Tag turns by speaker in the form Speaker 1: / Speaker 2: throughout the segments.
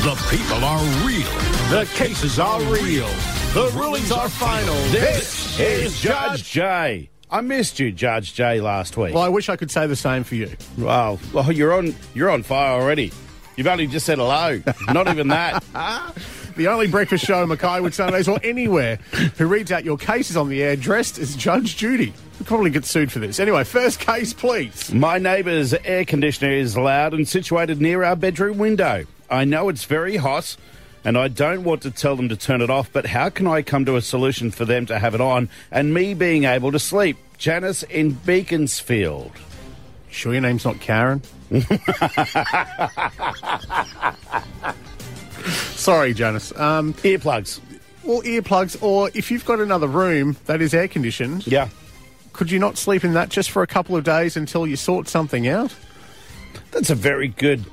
Speaker 1: The people are real. The cases are real. The rulings are final. This is
Speaker 2: Judge Jay. I missed you, Judge Jay, last week.
Speaker 3: Well, I wish I could say the same for you.
Speaker 2: Well, well, you're on you're on fire already. You've only just said hello. Not even that.
Speaker 3: The only breakfast show on Mackaywood Sundays or anywhere who reads out your cases on the air dressed as Judge Judy. We'll probably get sued for this. Anyway, first case, please.
Speaker 2: My neighbour's air conditioner is loud and situated near our bedroom window. I know it's very hot, and I don't want to tell them to turn it off, but how can I come to a solution for them to have it on and me being able to sleep? Janice in Beaconsfield.
Speaker 3: Sure, your name's not Karen? Sorry, Janice. Um,
Speaker 2: Earplugs.
Speaker 3: well, earplugs, or if you've got another room that is air conditioned,
Speaker 2: Yeah.
Speaker 3: could you not sleep in that just for a couple of days until you sort something out?
Speaker 2: That's a very good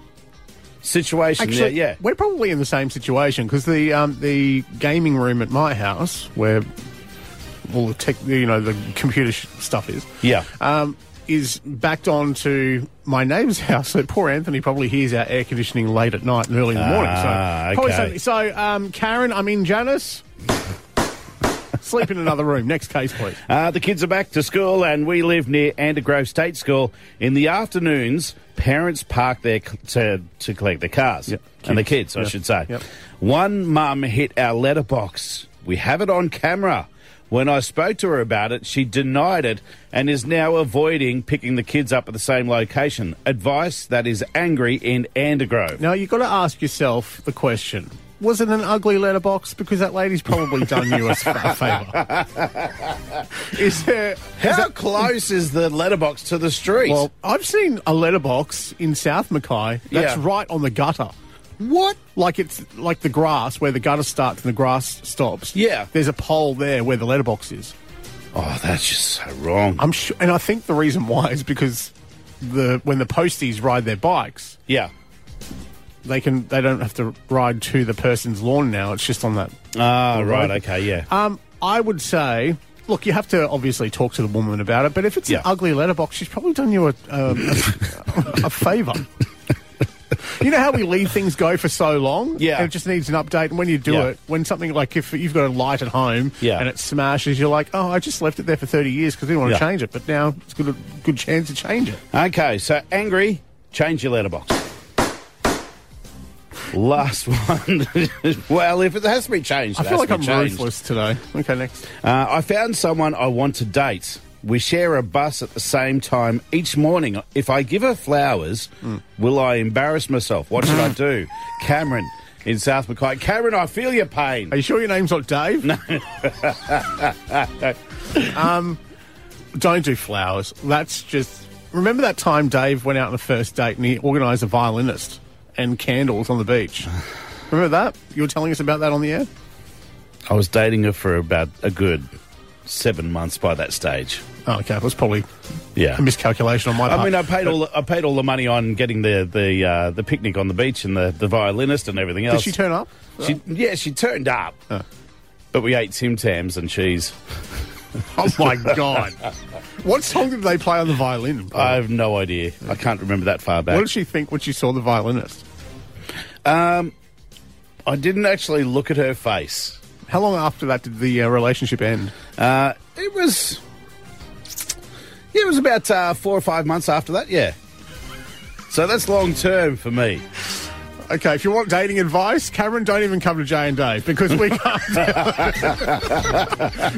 Speaker 2: situation there,
Speaker 3: Actually,
Speaker 2: yeah.
Speaker 3: we're probably in the same situation because the um, the gaming room at my house, where all the tech, you know, the computer sh- stuff is,
Speaker 2: Yeah.
Speaker 3: um, is backed on to my neighbour's house. So poor Anthony probably hears our air conditioning late at night and early in the morning. So
Speaker 2: Ah,
Speaker 3: probably
Speaker 2: okay.
Speaker 3: something- so um, Karen, I mean Janice, sleep in another room. Next case, please.
Speaker 2: Uh, the kids are back to school, and we live near Andergrove State School. In the afternoons, parents park their c- to to collect their cars
Speaker 3: Yep.
Speaker 2: and the
Speaker 3: Kids.
Speaker 2: kids, I
Speaker 3: Yep.
Speaker 2: should say.
Speaker 3: Yep.
Speaker 2: One mum hit our letterbox. We have it on camera. When I spoke to her about it, she denied it and is now avoiding picking the kids up at the same location. Advice that is angry in Andergrove.
Speaker 3: Now you've got to ask yourself the question. Was it an ugly letterbox? Because that lady's probably done you a s- a favour. Is there?
Speaker 2: How close is the letterbox to the street?
Speaker 3: Well, I've seen a letterbox in South Mackay
Speaker 2: Yeah.
Speaker 3: that's right on the gutter. What? Like it's like the grass where the gutter starts and the grass stops.
Speaker 2: Yeah.
Speaker 3: There's a pole there where the letterbox is.
Speaker 2: oh, that's just so wrong.
Speaker 3: I'm sure, and I think the reason why is because the when the posties ride their bikes,
Speaker 2: yeah.
Speaker 3: they can they don't have to ride to the person's lawn now. It's just on that
Speaker 2: Ah, right.
Speaker 3: road.
Speaker 2: Okay. Yeah.
Speaker 3: Um, I would say, look, you have to obviously talk to the woman about it, but if it's an
Speaker 2: Yeah.
Speaker 3: ugly letterbox, she's probably done you a, um, a, a favour. You know how we leave things go for so long?
Speaker 2: Yeah.
Speaker 3: And it just needs an update. And when you do
Speaker 2: Yeah.
Speaker 3: it, when something like if you've got a light at home
Speaker 2: Yeah.
Speaker 3: and it smashes, you're like, oh, I just left it there for 30 years because we didn't want
Speaker 2: Yeah.
Speaker 3: to change it. But now it's got a good chance to change it.
Speaker 2: Okay, so angry, change your letterbox. Last one. well, if it has to be changed,
Speaker 3: I
Speaker 2: it has
Speaker 3: feel like
Speaker 2: to
Speaker 3: I'm
Speaker 2: be changed.
Speaker 3: ruthless today. Okay, next.
Speaker 2: Uh, I found someone I want to date. We share a bus at the same time each morning. If I give her flowers,
Speaker 3: Hmm.
Speaker 2: will I embarrass myself? What should I do? Cameron in South Mackay. Cameron, I feel your pain.
Speaker 3: Are you sure your name's not Dave? No. um, don't do flowers. That's just. Remember that time Dave went out on the first date and he organised a violinist and candles on the beach? Remember that? You were telling us about that on the air?
Speaker 2: I was dating her for about a good seven months by that stage.
Speaker 3: Oh, okay. That was probably
Speaker 2: Yeah.
Speaker 3: a miscalculation on my part.
Speaker 2: I mean, I paid all the, I paid all the money on getting the the uh, the picnic on the beach and the, the violinist and everything
Speaker 3: Did
Speaker 2: else.
Speaker 3: she turn up?
Speaker 2: She, yeah, she turned up. But we ate Tim Tams and cheese.
Speaker 3: Oh, my God. what song did they play on the violin?
Speaker 2: I have no idea. I can't remember that far
Speaker 3: what
Speaker 2: back.
Speaker 3: did Oh. she think when she saw the violinist?
Speaker 2: I didn't actually look at her face.
Speaker 3: How long after that did the uh, relationship end?
Speaker 2: Uh, it was. Yeah, it was about uh, four or five months after that. Yeah. So that's long term for me.
Speaker 3: Okay, if you want dating advice, Cameron, don't even come to J and Dave because we can't. do it.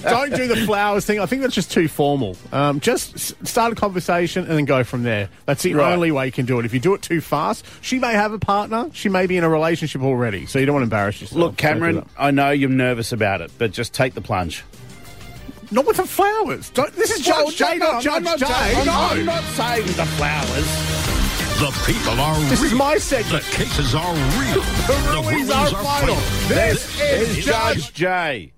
Speaker 3: don't do the flowers thing. I think that's just too formal. Um, just s- start a conversation and then go from there. That's the
Speaker 2: Right.
Speaker 3: only way you can do it. If you do it too fast, she may have a partner. She may be in a relationship already, so Oh, you don't want to embarrass yourself.
Speaker 2: Look,
Speaker 3: Don't do
Speaker 2: Cameron, I know you're nervous about it, but just take the plunge.
Speaker 3: that. not with the flowers. Don't, this is Judge J, not Judge J.
Speaker 2: I'm not saying the flowers.
Speaker 1: The people are real.
Speaker 3: This is my
Speaker 1: The
Speaker 3: segment.
Speaker 1: cases are real.
Speaker 3: The rulings are final. This is Judge
Speaker 2: Jay.